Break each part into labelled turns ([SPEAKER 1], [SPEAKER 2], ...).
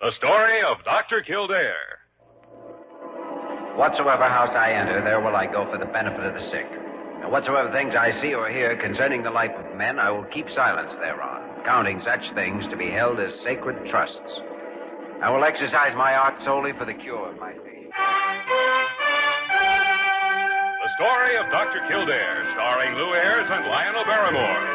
[SPEAKER 1] The story of Dr. Kildare.
[SPEAKER 2] Whatsoever house I enter, there will I go for the benefit of the sick. And whatsoever things I see or hear concerning the life of men, I will keep silence thereon, counting such things to be held as sacred trusts. I will exercise my art solely for the cure of my faith.
[SPEAKER 1] The story of Dr. Kildare, starring Lou Ayres and Lionel Barrymore.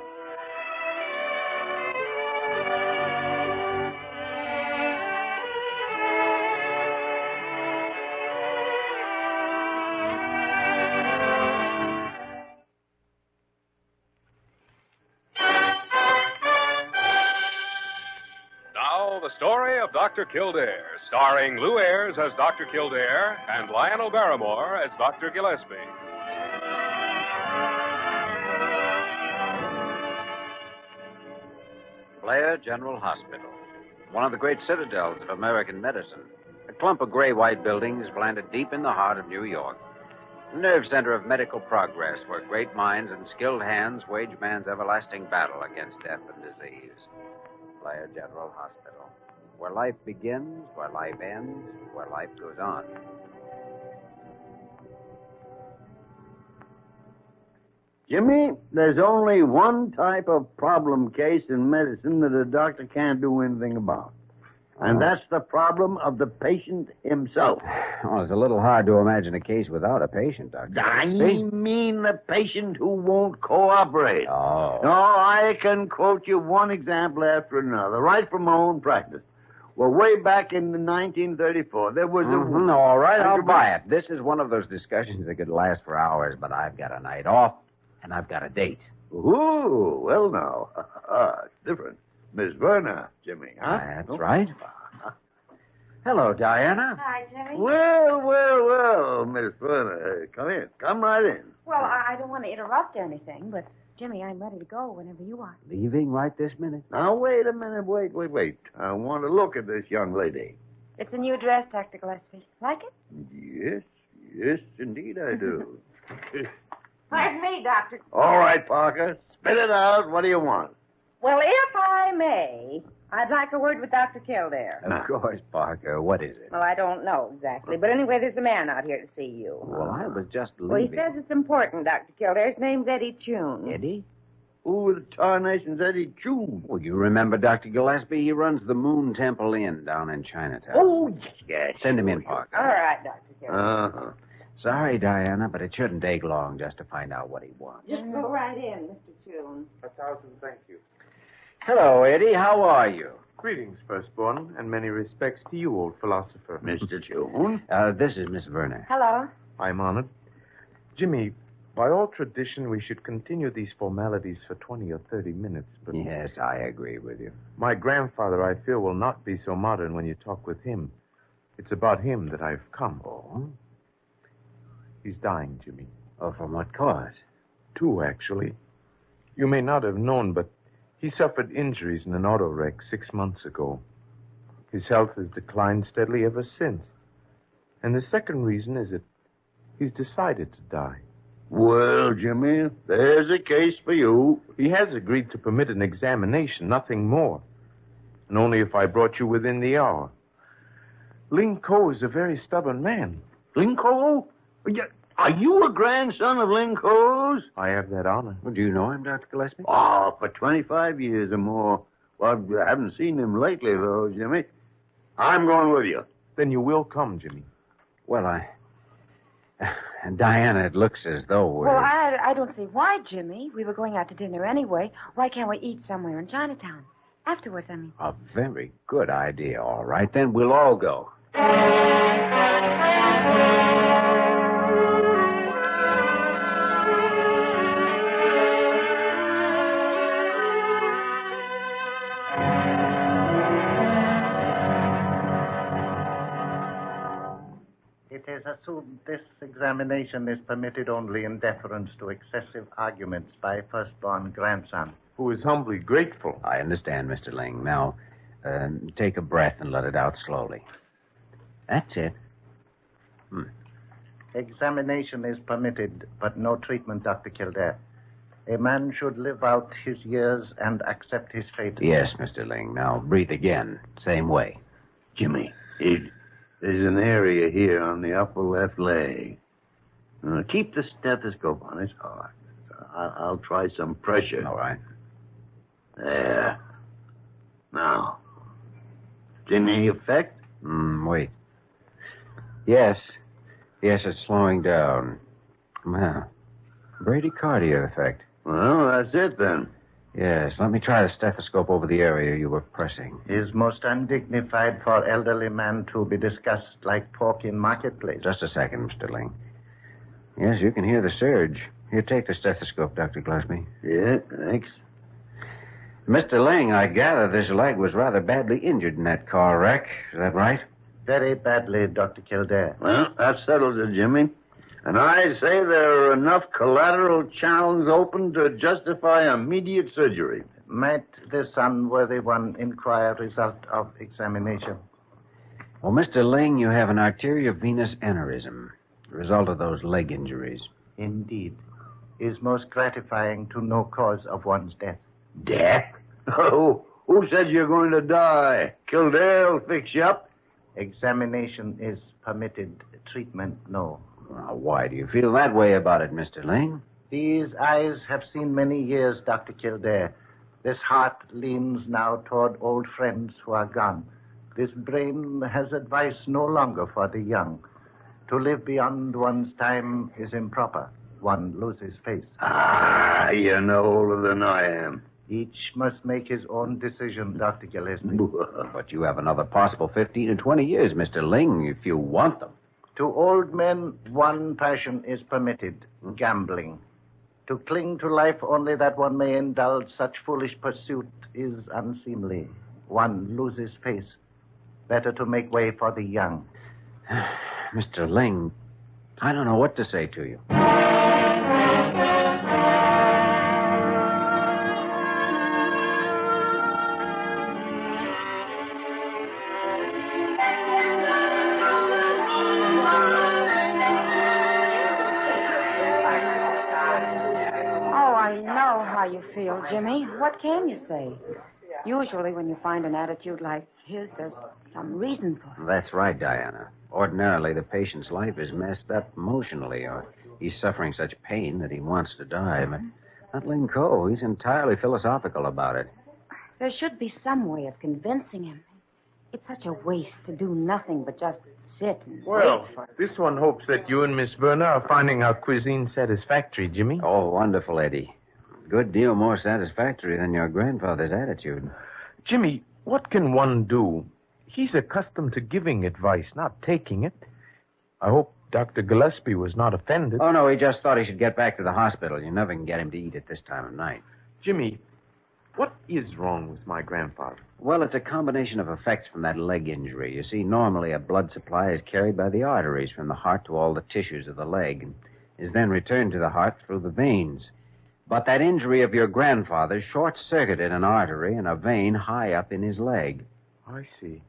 [SPEAKER 1] Now, the story of Dr. Kildare, starring Lou Ayres as Dr. Kildare and Lionel Barrymore as Dr. Gillespie.
[SPEAKER 2] Blair General Hospital, one of the great citadels of American medicine. A clump of gray white buildings planted deep in the heart of New York. The nerve center of medical progress where great minds and skilled hands wage man's everlasting battle against death and disease. Blair General Hospital, where life begins, where life ends, where life goes on.
[SPEAKER 3] Jimmy, there's only one type of problem case in medicine that a doctor can't do anything about. And that's the problem of the patient himself.
[SPEAKER 2] Well, it's a little hard to imagine a case without a patient, Dr.
[SPEAKER 3] I mean the patient who won't cooperate.
[SPEAKER 2] Oh.
[SPEAKER 3] No, I can quote you one example after another, right from my own practice. Well, way back in 1934, there was a
[SPEAKER 2] Mhm, all right, I'll buy it. This is one of those discussions that could last for hours, but I've got a night off and I've got a date.
[SPEAKER 3] Ooh, well now, it's different. Miss Verna, Jimmy, huh?
[SPEAKER 2] That's right. Hello, Diana.
[SPEAKER 4] Hi, Jimmy.
[SPEAKER 3] Well, well, well, Miss Verna, uh, come in, come right in.
[SPEAKER 4] Well, I, I don't want to interrupt anything, but Jimmy, I'm ready to go whenever you are.
[SPEAKER 2] Leaving right this minute?
[SPEAKER 3] Now wait a minute, wait, wait, wait. I want to look at this young lady.
[SPEAKER 4] It's a new dress, Dr. Gillespie. Like it?
[SPEAKER 3] Yes, yes, indeed I do.
[SPEAKER 4] Pardon me, Doctor.
[SPEAKER 3] All right, Parker, spit it out. What do you want?
[SPEAKER 4] Well, if I may, I'd like a word with Dr. Kildare.
[SPEAKER 2] Of course, Parker. What is it?
[SPEAKER 4] Well, I don't know exactly, but anyway, there's a man out here to see you.
[SPEAKER 2] Well, I was just leaving.
[SPEAKER 4] Well, he says it's important, Dr. Kildare. His name's Eddie Tune.
[SPEAKER 2] Eddie?
[SPEAKER 3] Who the tarnation's Eddie June?
[SPEAKER 2] Well, you remember Dr. Gillespie? He runs the Moon Temple Inn down in Chinatown.
[SPEAKER 3] Oh, yes.
[SPEAKER 2] Send him in, Parker.
[SPEAKER 4] All right, Dr. Kildare.
[SPEAKER 2] Uh,
[SPEAKER 3] Uh-huh.
[SPEAKER 2] Sorry, Diana, but it shouldn't take long just to find out what he wants.
[SPEAKER 4] Just go right in, Mr. Tune.
[SPEAKER 5] A thousand thank you.
[SPEAKER 2] Hello, Eddie. How are you?
[SPEAKER 5] Greetings, firstborn, and many respects to you, old philosopher.
[SPEAKER 3] Mr. June?
[SPEAKER 2] Uh, this is Miss Werner.
[SPEAKER 4] Hello.
[SPEAKER 5] I'm honored. Jimmy, by all tradition, we should continue these formalities for 20 or 30 minutes, but
[SPEAKER 2] Yes, I agree with you.
[SPEAKER 5] my grandfather, I fear, will not be so modern when you talk with him. It's about him that I've come.
[SPEAKER 2] Oh?
[SPEAKER 5] He's dying, Jimmy.
[SPEAKER 2] Oh, from what cause?
[SPEAKER 5] Two, actually. You may not have known, but he suffered injuries in an auto wreck six months ago. His health has declined steadily ever since. And the second reason is that he's decided to die.
[SPEAKER 3] Well, Jimmy, there's a case for you.
[SPEAKER 5] He has agreed to permit an examination, nothing more. And only if I brought you within the hour. Ling Ko is a very stubborn man.
[SPEAKER 3] Linko? Are you a grandson of Linko's?
[SPEAKER 5] I have that honor.
[SPEAKER 2] Well, do you know him, Dr. Gillespie?
[SPEAKER 3] Oh, for 25 years or more. Well, I haven't seen him lately, though, Jimmy. I'm going with you.
[SPEAKER 5] Then you will come, Jimmy.
[SPEAKER 2] Well, I. Diana, it looks as though we're.
[SPEAKER 4] Well, I, I don't see why, Jimmy. We were going out to dinner anyway. Why can't we eat somewhere in Chinatown? Afterwards, I mean.
[SPEAKER 2] A very good idea, all right. Then we'll all go.
[SPEAKER 6] It is assumed this examination is permitted only in deference to excessive arguments by firstborn grandson.
[SPEAKER 5] Who is humbly grateful.
[SPEAKER 2] I understand, Mr. Ling. Now, Um, take a breath and let it out slowly. That's it.
[SPEAKER 3] Examination is permitted, but no treatment, Dr. Kildare. A man should live out his years and accept his fate.
[SPEAKER 2] Yes, Mr. Ling. Now breathe again. Same way.
[SPEAKER 7] Jimmy, it, there's an area here on the upper left leg. Uh, keep the stethoscope on. It's hard. I, I'll try some pressure.
[SPEAKER 2] All right.
[SPEAKER 7] There. Now. Any effect?
[SPEAKER 2] Mm, wait. Yes. Yes, it's slowing down. Well, bradycardia effect.
[SPEAKER 7] Well, that's it then.
[SPEAKER 2] Yes, let me try the stethoscope over the area you were pressing.
[SPEAKER 3] Is most undignified for elderly man to be discussed like pork in marketplace.
[SPEAKER 2] Just a second, Mr. Ling. Yes, you can hear the surge. Here, take the stethoscope, Dr. Gillespie.
[SPEAKER 7] Yeah, thanks.
[SPEAKER 2] Mr. Ling, I gather this leg was rather badly injured in that car wreck. Is that right?
[SPEAKER 3] Very badly, Dr. Kildare.
[SPEAKER 7] Well, that settles it, Jimmy. And I say there are enough collateral channels open to justify immediate surgery.
[SPEAKER 3] Might this unworthy one inquire result of examination?
[SPEAKER 2] Well, Mr. Ling, you have an arteriovenous aneurysm, the result of those leg injuries.
[SPEAKER 3] Indeed. Is most gratifying to know cause of one's death.
[SPEAKER 7] Death? Oh, who said you're going to die? Kildare will fix you up.
[SPEAKER 3] Examination is permitted, treatment no.
[SPEAKER 2] Well, why do you feel that way about it, Mr. Ling?
[SPEAKER 3] These eyes have seen many years, Dr. Kildare. This heart leans now toward old friends who are gone. This brain has advice no longer for the young. To live beyond one's time is improper. One loses face.
[SPEAKER 7] Ah, you know older than I am.
[SPEAKER 3] Each must make his own decision, Dr. Gillespie.
[SPEAKER 2] But you have another possible 15 or 20 years, Mr. Ling, if you want them.
[SPEAKER 3] To old men, one passion is permitted gambling. To cling to life only that one may indulge such foolish pursuit is unseemly. One loses face. Better to make way for the young.
[SPEAKER 2] Mr. Ling, I don't know what to say to you.
[SPEAKER 4] Oh, I know how you feel, Jimmy. What can you say? Usually, when you find an attitude like his, there's some reason for
[SPEAKER 2] That's right, Diana. Ordinarily, the patient's life is messed up emotionally, or he's suffering such pain that he wants to die. But not Ling Ko. He's entirely philosophical about it.
[SPEAKER 4] it. There should be some way of convincing him. It's such a waste to do nothing but just sit and
[SPEAKER 5] Well,
[SPEAKER 4] wait for
[SPEAKER 5] this one hopes that you and Miss Verna are finding our cuisine satisfactory, Jimmy.
[SPEAKER 2] Oh, wonderful, Eddie. Good deal more satisfactory than your grandfather's attitude.
[SPEAKER 5] Jimmy, what can one do? He's accustomed to giving advice, not taking it. I hope Dr. Gillespie was not offended.
[SPEAKER 2] Oh, no, he just thought he should get back to the hospital. You never can get him to eat at this time of night.
[SPEAKER 5] Jimmy, what is wrong with my grandfather?
[SPEAKER 2] Well, it's a combination of effects from that leg injury. You see, normally a blood supply is carried by the arteries from the heart to all the tissues of the leg and is then returned to the heart through the veins. But that injury of your grandfather short circuited an artery and a vein high up in his leg.
[SPEAKER 5] I see.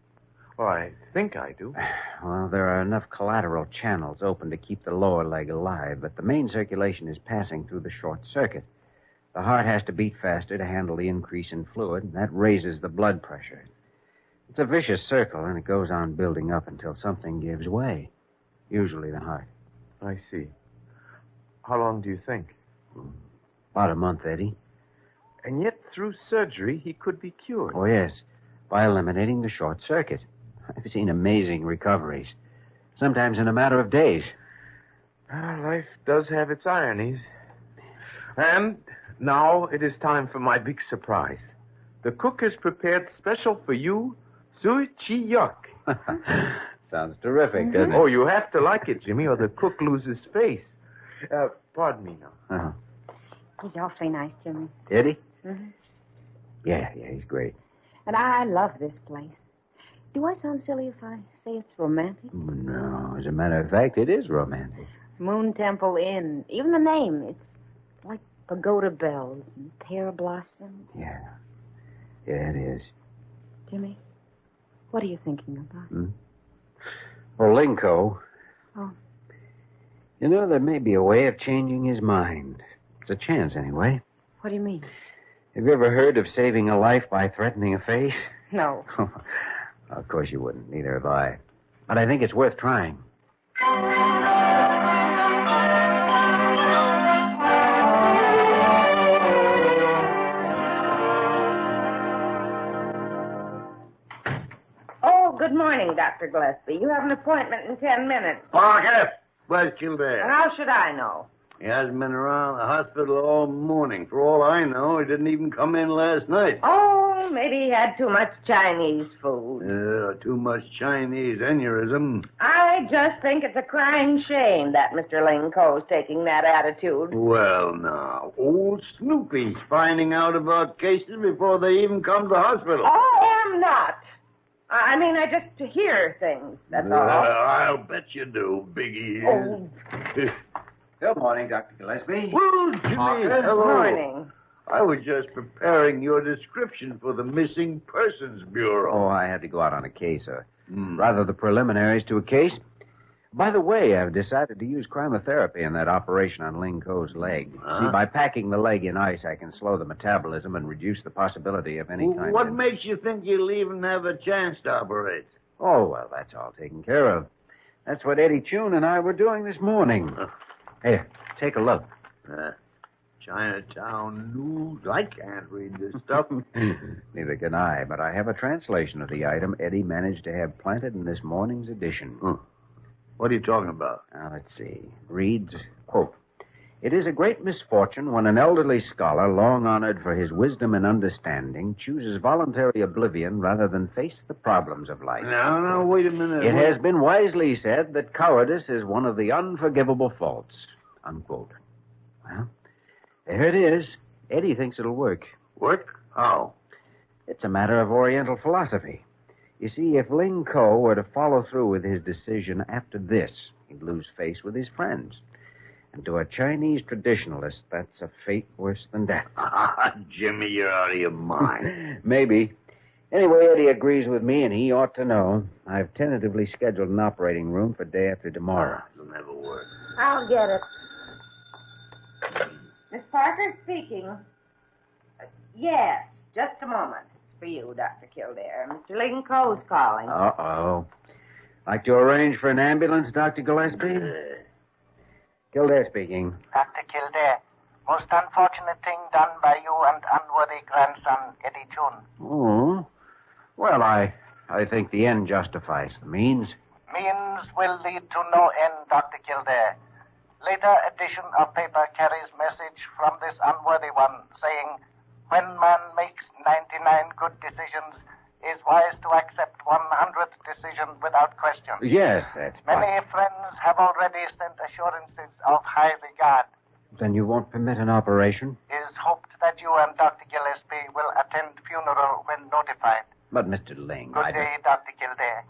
[SPEAKER 5] Oh, I think I do.
[SPEAKER 2] Well, there are enough collateral channels open to keep the lower leg alive, but the main circulation is passing through the short circuit. The heart has to beat faster to handle the increase in fluid, and that raises the blood pressure. It's a vicious circle, and it goes on building up until something gives way. Usually the heart.
[SPEAKER 5] I see. How long do you think?
[SPEAKER 2] About a month, Eddie.
[SPEAKER 5] And yet, through surgery, he could be cured.
[SPEAKER 2] Oh, yes, by eliminating the short circuit. I've seen amazing recoveries, sometimes in a matter of days.
[SPEAKER 5] Ah, life does have its ironies. And now it is time for my big surprise. The cook has prepared special for you zui chi yuk.
[SPEAKER 2] Sounds terrific, doesn't it?
[SPEAKER 5] Oh, you have to like it, Jimmy, or the cook loses face. Uh, pardon me now.
[SPEAKER 4] it. He's awfully nice, Jimmy.
[SPEAKER 2] Uh-huh. Eddie?
[SPEAKER 8] Mm-hmm.
[SPEAKER 4] Mhm.
[SPEAKER 2] Yeah, yeah, he's great.
[SPEAKER 4] And I love this place. Do I sound silly if I say it's romantic?
[SPEAKER 2] No, as a matter of fact, it is romantic.
[SPEAKER 4] Moon Temple Inn. Even the name. It's like pagoda bells and pear blossom.
[SPEAKER 2] Yeah. Yeah, it is.
[SPEAKER 8] Jimmy, what are you thinking about?
[SPEAKER 2] Well, Linko.
[SPEAKER 8] Oh.
[SPEAKER 2] You know, there may be a way of changing his mind. It's a chance, anyway.
[SPEAKER 8] What do you mean?
[SPEAKER 2] Have you ever heard of saving a life by threatening a face?
[SPEAKER 8] No.
[SPEAKER 2] of course you wouldn't. Neither have I. But I think it's worth trying.
[SPEAKER 4] Oh, good morning, Dr. Gillespie. You have an appointment in ten minutes.
[SPEAKER 7] Parker! Where's Kildare?
[SPEAKER 4] How should I know?
[SPEAKER 7] He hasn't been around the hospital all morning. For all I know, he didn't even come in last night.
[SPEAKER 4] Oh, maybe he had too much Chinese food.
[SPEAKER 7] Yeah, too much Chinese aneurysm.
[SPEAKER 4] I just think it's a crying shame that Mr. Ling Ko's taking that attitude.
[SPEAKER 7] Well, now, old Snoopy's finding out about cases before they even come to the hospital.
[SPEAKER 5] Uh-huh.
[SPEAKER 4] I am not. I I mean, I just hear things, that's
[SPEAKER 7] Well,
[SPEAKER 4] all.
[SPEAKER 7] I'll bet you do, Biggie.
[SPEAKER 4] Oh,
[SPEAKER 2] Good morning, Dr. Gillespie.
[SPEAKER 7] Well, Jimmy,
[SPEAKER 2] Parker.
[SPEAKER 7] hello.
[SPEAKER 4] morning.
[SPEAKER 7] I was just preparing your description for the Missing Persons Bureau.
[SPEAKER 2] Oh, I had to go out on a case, uh,
[SPEAKER 7] Hmm.
[SPEAKER 2] rather the preliminaries to a case. By the way, I've decided to use cryotherapy in that operation on Ling Ko's leg.
[SPEAKER 7] Huh?
[SPEAKER 2] See, by packing the leg in ice, I can slow the metabolism and reduce the possibility of any kind
[SPEAKER 7] What
[SPEAKER 2] of...
[SPEAKER 7] makes you think you'll even have a chance to operate?
[SPEAKER 2] Oh, well, that's all taken care of. That's what Eddie Chune and I were doing this morning. Here, take a look.
[SPEAKER 7] Uh, Chinatown news. I can't read this stuff.
[SPEAKER 2] Neither can I, but I have a translation of the item Eddie managed to have planted in this morning's edition.
[SPEAKER 7] what are you talking about?
[SPEAKER 2] Now, let's see. Reads, quote, It is a great misfortune when an elderly scholar, long honored for his wisdom and understanding, chooses voluntary oblivion rather than face the problems of life.
[SPEAKER 7] No, no, wait a minute.
[SPEAKER 2] It has been wisely said that cowardice is one of the unforgivable faults. Unquote. Well, there it is. Eddie thinks it'll work.
[SPEAKER 7] Work? Oh. How?
[SPEAKER 2] It's a matter of Oriental philosophy. You see, if Ling Ko were to follow through with his decision after this, he'd lose face with his friends. And to a Chinese traditionalist, that's a fate worse than death.
[SPEAKER 7] Jimmy, you're out of your mind.
[SPEAKER 2] Maybe. Anyway, Eddie agrees with me, and he ought to know. I've tentatively scheduled an operating room for day after tomorrow.
[SPEAKER 7] It'll never work.
[SPEAKER 4] I'll get it. Miss Parker speaking. Uh, Yes, just a moment. It's for you, Dr. Kildare. Mr. Ling Ko's calling.
[SPEAKER 2] Uh oh. Like to arrange for an ambulance, Dr. Gillespie? Kildare speaking.
[SPEAKER 3] Dr. Kildare, most unfortunate thing done by you and unworthy grandson Eddie June.
[SPEAKER 2] Oh. Well, I I think the end justifies the means.
[SPEAKER 3] Means will lead to no end, Dr. Kildare. Later edition of paper carries message from this unworthy one saying, when man makes 99 good decisions, is wise to accept 100th decision without question.
[SPEAKER 2] Yes, that's fine.
[SPEAKER 3] Many friends have already sent assurances of high regard.
[SPEAKER 2] Then you won't permit an operation?
[SPEAKER 3] Is hoped that you and Dr. Gillespie will attend funeral when notified.
[SPEAKER 2] But, Mr. Ling, I don't...
[SPEAKER 3] Good day, Dr. Kildare.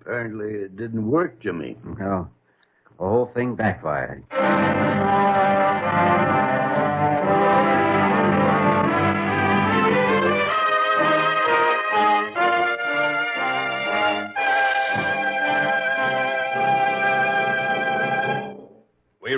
[SPEAKER 7] Apparently, it didn't work, Jimmy.
[SPEAKER 2] No. The whole thing backfired.
[SPEAKER 1] We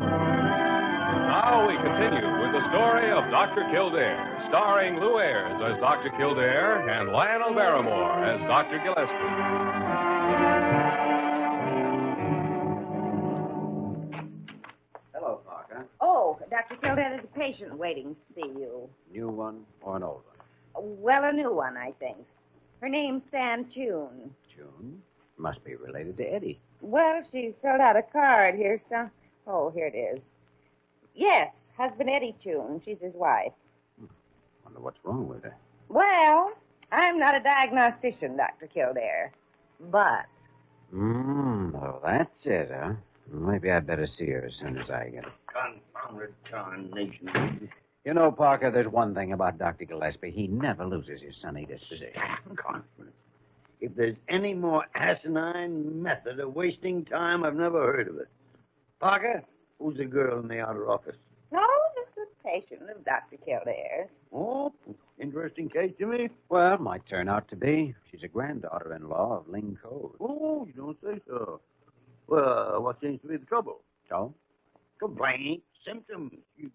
[SPEAKER 1] Now we continue with the story of Dr. Kildare, starring Lou Ayres as Dr. Kildare and Lionel Barrymore as Dr. Gillespie.
[SPEAKER 2] Hello, Parker.
[SPEAKER 4] Oh, Dr. Kildare, there's a patient waiting to see you.
[SPEAKER 2] New one or an old one?
[SPEAKER 4] Well, a new one, I think. Her name's Sam Tune.
[SPEAKER 2] June? Must be related to Eddie.
[SPEAKER 4] Well, she filled out a card here, some. Oh, here it is. Yes, husband Eddie Tune. She's his wife.
[SPEAKER 2] Wonder what's wrong with her.
[SPEAKER 4] Well, I'm not a diagnostician, Dr. Kildare. But
[SPEAKER 2] Mm, well, that's it, huh? Maybe I'd better see her as soon as I get her.
[SPEAKER 7] Confounded carnation.
[SPEAKER 2] You know, Parker, there's one thing about Dr. Gillespie. He never loses his sunny disposition.
[SPEAKER 7] Ah, Confounded. If there's any more asinine method of wasting time, I've never heard of it. Parker, who's the girl in the outer office?
[SPEAKER 9] No, just a patient of Dr. Kildare's.
[SPEAKER 7] Oh, interesting case, Jimmy.
[SPEAKER 2] Well, might turn out to be. She's a granddaughter-in-law of Ling Code.
[SPEAKER 7] Oh, you don't say so. Well, what seems to be the trouble?
[SPEAKER 2] So?
[SPEAKER 7] Complaint, symptoms. She,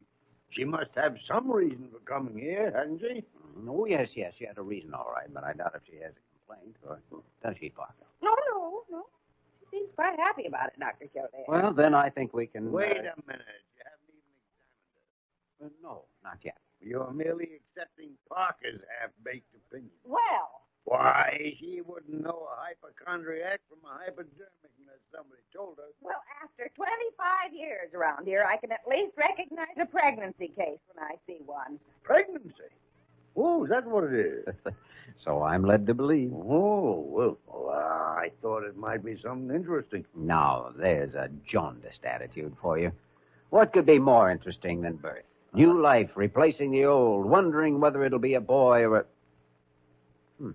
[SPEAKER 7] she must have some reason for coming here, hasn't she?
[SPEAKER 2] Mm, Oh, yes, yes, she had a reason, all right, but I doubt if she has a complaint, or does she, Parker?
[SPEAKER 9] No, no, no. She seems quite happy about it, Dr. Kildare.
[SPEAKER 2] Well, then I think we can...
[SPEAKER 7] Hmm. Wait
[SPEAKER 2] uh,
[SPEAKER 7] a minute. You haven't even
[SPEAKER 2] uh, No, not yet.
[SPEAKER 7] You're merely accepting Parker's half-baked opinion.
[SPEAKER 9] Well,
[SPEAKER 7] Why, she wouldn't know a hypochondriac from a hypodermic unless somebody told her.
[SPEAKER 9] well, after 25 years around here, I can at least recognize a pregnancy case when I see one.
[SPEAKER 7] Pregnancy. Oh, is that what it is?
[SPEAKER 2] So I'm led to believe.
[SPEAKER 7] Oh, well, well, uh, I thought it might be something interesting.
[SPEAKER 2] Now, there's a jaundiced attitude for you. What could be more interesting than birth? New
[SPEAKER 7] Uh-huh.
[SPEAKER 2] life replacing the old, wondering whether it'll be a boy or a... Hmm.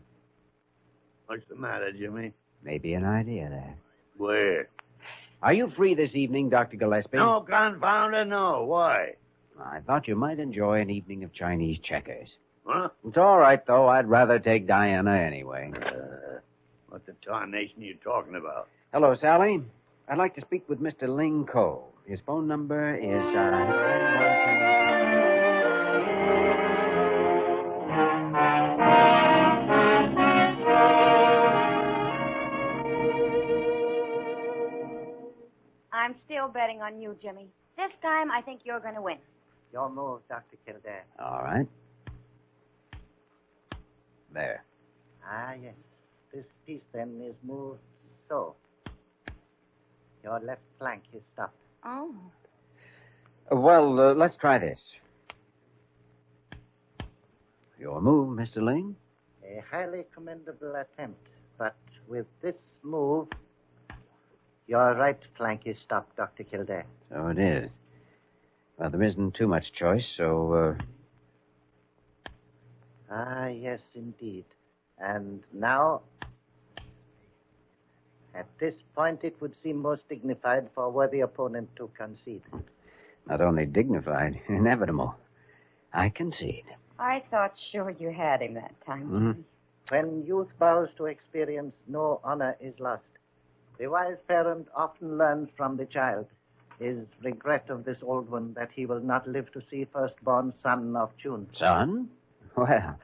[SPEAKER 7] What's the matter, Jimmy?
[SPEAKER 2] Maybe an idea there.
[SPEAKER 7] Where?
[SPEAKER 2] Are you free this evening, Dr. Gillespie?
[SPEAKER 7] No, confound her, no. Why?
[SPEAKER 2] I thought you might enjoy an evening of Chinese checkers.
[SPEAKER 7] Huh?
[SPEAKER 2] It's all right, though. I'd rather take Diana anyway.
[SPEAKER 7] Uh, what the tarnation are you talking about?
[SPEAKER 2] Hello, Sally. I'd like to speak with Mr. Ling Ko. His phone number is, uh...
[SPEAKER 4] I'm still betting on you, Jimmy. This time, I think you're going to win.
[SPEAKER 3] Your move, Dr. Kildare.
[SPEAKER 2] All right. There.
[SPEAKER 3] Ah, yes. This piece then is moved so. Your left flank is stopped.
[SPEAKER 4] Oh.
[SPEAKER 2] Well, uh, let's try this. Your move, Mr. Ling.
[SPEAKER 3] A highly commendable attempt, but with this move, your right flank is stopped, Dr. Kildare.
[SPEAKER 2] So it is. Well, there isn't too much choice, so, uh,
[SPEAKER 3] Ah, yes, indeed. And now, at this point, it would seem most dignified for a worthy opponent to concede.
[SPEAKER 2] not only dignified, inevitable. I concede.
[SPEAKER 4] I thought sure you had him that time,
[SPEAKER 2] Mhm.
[SPEAKER 4] Jimmy.
[SPEAKER 3] When youth bows to experience, no honor is lost. The wise parent often learns from the child his regret of this old one that he will not live to see firstborn son of June.
[SPEAKER 2] Son? Well,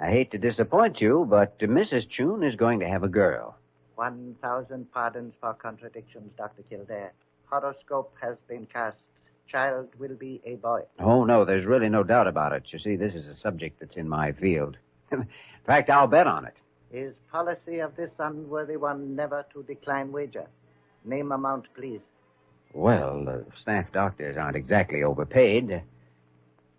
[SPEAKER 2] I hate to disappoint you, but uh, Mrs. Chun is going to have a girl.
[SPEAKER 3] One thousand pardons for contradictions, Dr. Kildare. Horoscope has been cast. Child will be a boy.
[SPEAKER 2] Oh, no, there's really no doubt about it. You see, this is a subject that's in my field. in fact, I'll bet on it.
[SPEAKER 3] His policy of this unworthy one never to decline wager. Name amount, please.
[SPEAKER 2] Well, uh, staff doctors aren't exactly overpaid.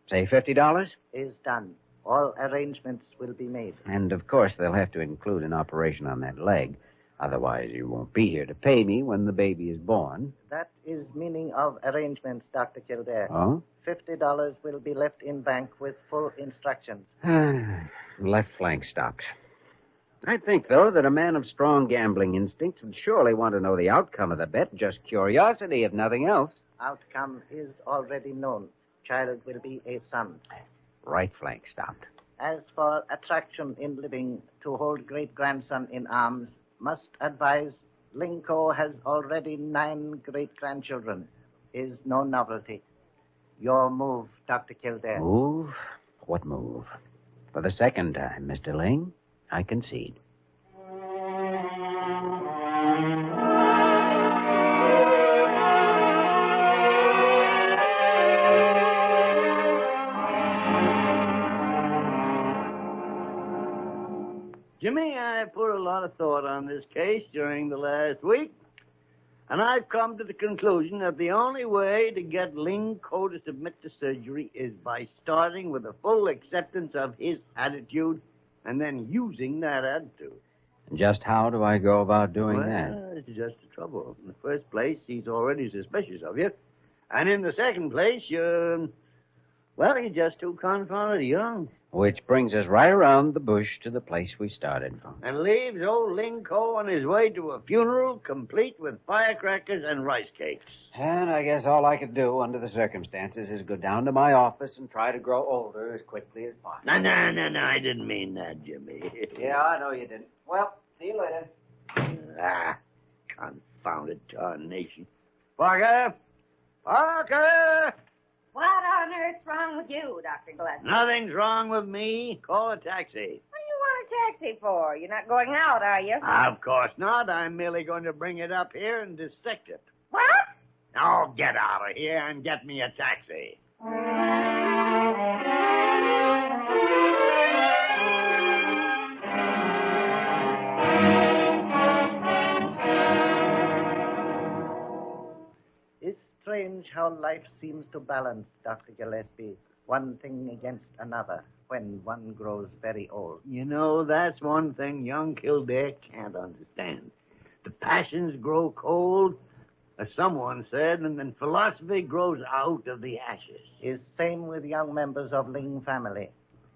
[SPEAKER 2] Say $50?
[SPEAKER 3] Is done. All arrangements will be made.
[SPEAKER 2] And of course, they'll have to include an operation on that leg. Otherwise, you won't be here to pay me when the baby is born.
[SPEAKER 3] That is meaning of arrangements, Dr. Kildare.
[SPEAKER 2] Oh?
[SPEAKER 3] Fifty dollars will be left in bank with full instructions.
[SPEAKER 2] Left flank stopped. I think, though, that a man of strong gambling instincts would surely want to know the outcome of the bet, just curiosity, if nothing else.
[SPEAKER 3] Outcome is already known. Child will be a son.
[SPEAKER 2] Right flank stopped.
[SPEAKER 3] As for attraction in living, to hold great grandson in arms, must advise Linko has already nine great grandchildren. Is no novelty. Your move, Dr. Kildare.
[SPEAKER 2] Move? What move? For the second time, Mr. Ling, I concede.
[SPEAKER 7] Jimmy, I put a lot of thought on this case during the last week, and I've come to the conclusion that the only way to get Ling Ko to submit to surgery is by starting with a full acceptance of his attitude and then using that attitude.
[SPEAKER 2] And just how do I go about doing
[SPEAKER 3] well,
[SPEAKER 2] that?
[SPEAKER 3] It's just the trouble. In the first place, he's already suspicious of you. And in the second place, you're. Well, you're just too confounded young.
[SPEAKER 2] Which brings us right around the bush to the place we started from.
[SPEAKER 3] And leaves old Linco on his way to a funeral complete with firecrackers and rice cakes.
[SPEAKER 2] And I guess all I could do under the circumstances is go down to my office and try to grow older as quickly as possible.
[SPEAKER 3] No, no, no, no, I didn't mean that, Jimmy.
[SPEAKER 2] Yeah, I know you didn't. Well, see you later.
[SPEAKER 3] Ah, confounded tarnation. Parker! Parker!
[SPEAKER 4] What on earth's wrong with you, Dr. Gillespie?
[SPEAKER 3] Nothing's wrong with me. Call a taxi.
[SPEAKER 4] What do you want a taxi for? You're not going out, are you?
[SPEAKER 2] Ah.
[SPEAKER 3] Of course not. I'm merely going to bring it up here and dissect it.
[SPEAKER 4] What?
[SPEAKER 3] Now get out of here and get me a taxi.
[SPEAKER 10] It's strange how life seems to balance, Dr. Gillespie, one thing against another when one grows very old.
[SPEAKER 3] You know, that's one thing young Kildare can't understand. The passions grow cold, as someone said, and then philosophy grows out of the ashes.
[SPEAKER 10] Is same with young members of Ling family.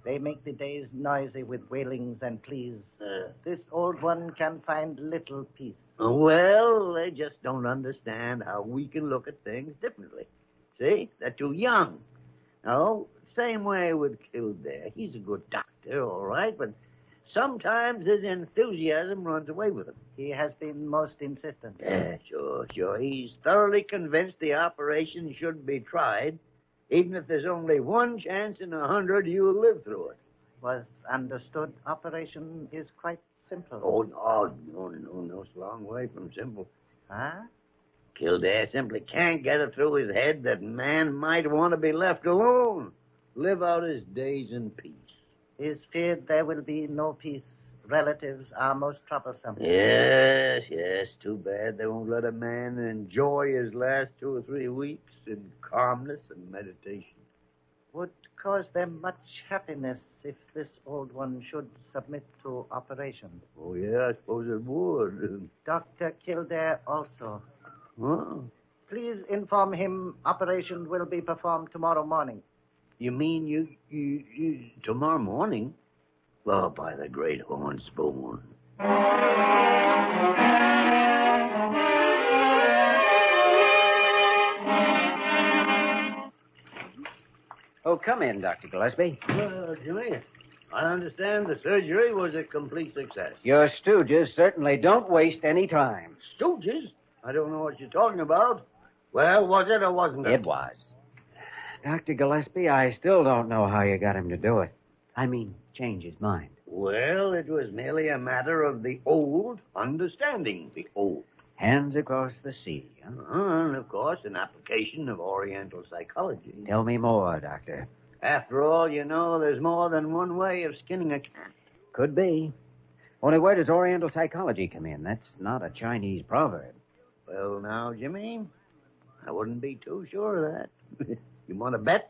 [SPEAKER 10] They make the days noisy with wailings and pleas.
[SPEAKER 3] Uh.
[SPEAKER 10] This old one can find little peace.
[SPEAKER 3] Well, they just don't understand how we can look at things differently. See, they're too young. No, same way with Kildare. He's a good doctor, all right, but sometimes his enthusiasm runs away with him.
[SPEAKER 10] He has been most insistent.
[SPEAKER 3] Yeah, Eh, sure, sure. He's thoroughly convinced the operation should be tried, even if there's only one chance in a hundred you'll live through it.
[SPEAKER 10] Was understood operation is quite simple.
[SPEAKER 3] Oh, no, no, no, no. It's a long way from simple.
[SPEAKER 10] Huh?
[SPEAKER 3] Kildare simply can't get it through his head that man might want to be left alone, live out his days in peace.
[SPEAKER 10] Is feared there will be no peace. Relatives are most troublesome.
[SPEAKER 3] Yes, yes, too bad they won't let a man enjoy his last two or three weeks in calmness and meditation.
[SPEAKER 10] Would cause them much happiness if this old one should submit to operation.
[SPEAKER 3] Oh, yeah, I suppose it would.
[SPEAKER 10] Dr. Kildare also.
[SPEAKER 3] Huh?
[SPEAKER 10] Please inform him operation will be performed tomorrow morning.
[SPEAKER 3] You mean you, you, you tomorrow morning? Well, by the great horn spoon.
[SPEAKER 2] Oh, come in, Dr. Gillespie.
[SPEAKER 3] Well, Jimmy, I understand the surgery was a complete success.
[SPEAKER 2] Your stooges certainly don't waste any time.
[SPEAKER 3] Stooges? I don't know what you're talking about. Well, was it or wasn't it?
[SPEAKER 2] It was. Dr. Gillespie, I still don't know how you got him to do it. I mean, change his mind.
[SPEAKER 3] Well, it was merely a matter of the old understanding the old.
[SPEAKER 2] Hands across the sea. Huh?
[SPEAKER 3] Uh, and, of course, an application of Oriental psychology.
[SPEAKER 2] Tell me more, Doctor.
[SPEAKER 3] After all, you know, there's more than one way of skinning a cat.
[SPEAKER 2] Could be. Only where does Oriental psychology come in? That's not a Chinese proverb.
[SPEAKER 3] Well, now, Jimmy, I wouldn't be too sure of that. you want to bet?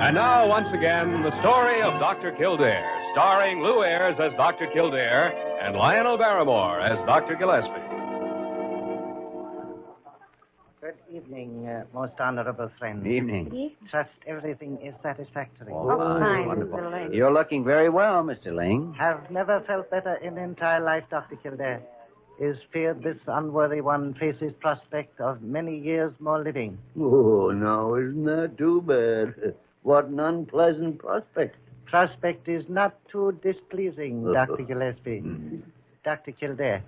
[SPEAKER 1] And now, once again, the story of Dr. Kildare, starring Lou Ayres as Dr. Kildare and Lionel Barrymore as Dr. Gillespie.
[SPEAKER 10] Good evening, uh, most honorable friend.
[SPEAKER 2] Evening.
[SPEAKER 7] Yes.
[SPEAKER 10] Trust everything is satisfactory.
[SPEAKER 7] Oh, fine,
[SPEAKER 2] wonderful.
[SPEAKER 7] Mr. Ling.
[SPEAKER 2] You're looking very well, Mr. Ling.
[SPEAKER 10] Have never felt better in entire life, Dr. Kildare.
[SPEAKER 3] is feared this unworthy one faces prospect of many years more living.
[SPEAKER 7] Oh, now, isn't that too bad? What an unpleasant prospect. Oh.
[SPEAKER 3] Prospect is not too displeasing, Dr. Gillespie.
[SPEAKER 7] Hmm.
[SPEAKER 3] Dr. Kildare,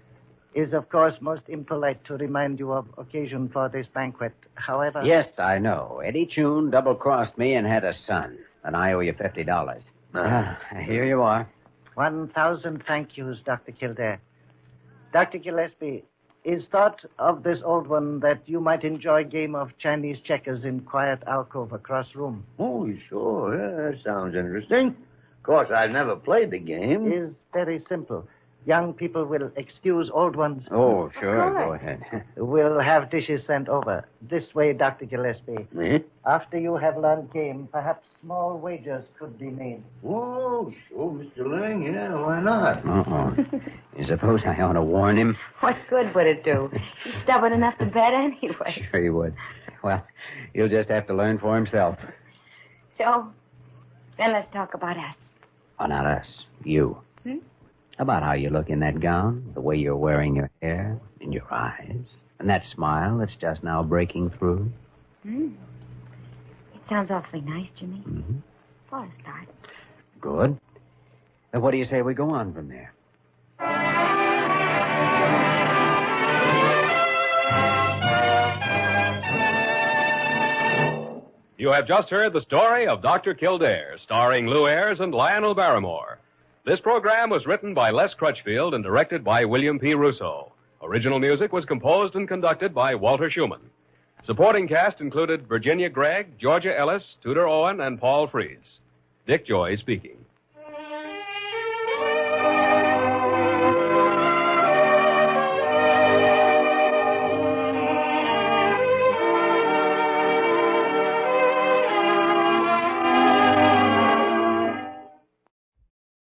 [SPEAKER 3] is of course most impolite to remind you of occasion for this banquet. However,
[SPEAKER 2] Yes, I know. Eddie Chun double crossed me and had a son. And I owe you $50. Ah, here you are.
[SPEAKER 3] 1,000 thank yous, Dr. Kildare. Dr. Gillespie, is thought of this old one that you might enjoy game of Chinese checkers in quiet alcove across room?
[SPEAKER 7] Oh, sure. Yeah, that sounds interesting. Of course, I've never played the
[SPEAKER 2] Hmm.
[SPEAKER 7] game.
[SPEAKER 3] Is very simple. Young people will excuse old ones.
[SPEAKER 2] Oh, sure. Go ahead.
[SPEAKER 3] We'll have dishes sent over. This way, Dr. Gillespie.
[SPEAKER 7] Eh?
[SPEAKER 3] After you have learned game, perhaps small wagers could be made.
[SPEAKER 7] Oh, sure, Mr. Lang. Yeah, why not?
[SPEAKER 2] Uh-oh. Uh-uh. You suppose I ought to warn him?
[SPEAKER 4] What good would it do? He's stubborn enough to bet anyway.
[SPEAKER 2] Sure you would. Well, he'll just have to learn for himself.
[SPEAKER 4] So, then let's talk about us.
[SPEAKER 2] Oh, not us. You.
[SPEAKER 4] Hmm?
[SPEAKER 2] About how you look in that gown, the way you're wearing your hair, and your eyes, and that smile that's just now breaking through.
[SPEAKER 4] Hmm. It sounds awfully nice, Jimmy.
[SPEAKER 2] hmm
[SPEAKER 4] For a start.
[SPEAKER 2] Good. Then what do you say we go on from there?
[SPEAKER 1] You have just heard the story of Dr. Kildare, starring Lou Ayres and Lionel Barrymore. This program was written by Les Crutchfield and directed by William P. Russo. Original music was composed and conducted by Walter Schumann. Supporting cast included Virginia Gregg, Georgia Ellis, Tudor Owen, and Paul Fries. Dick Joy speaking.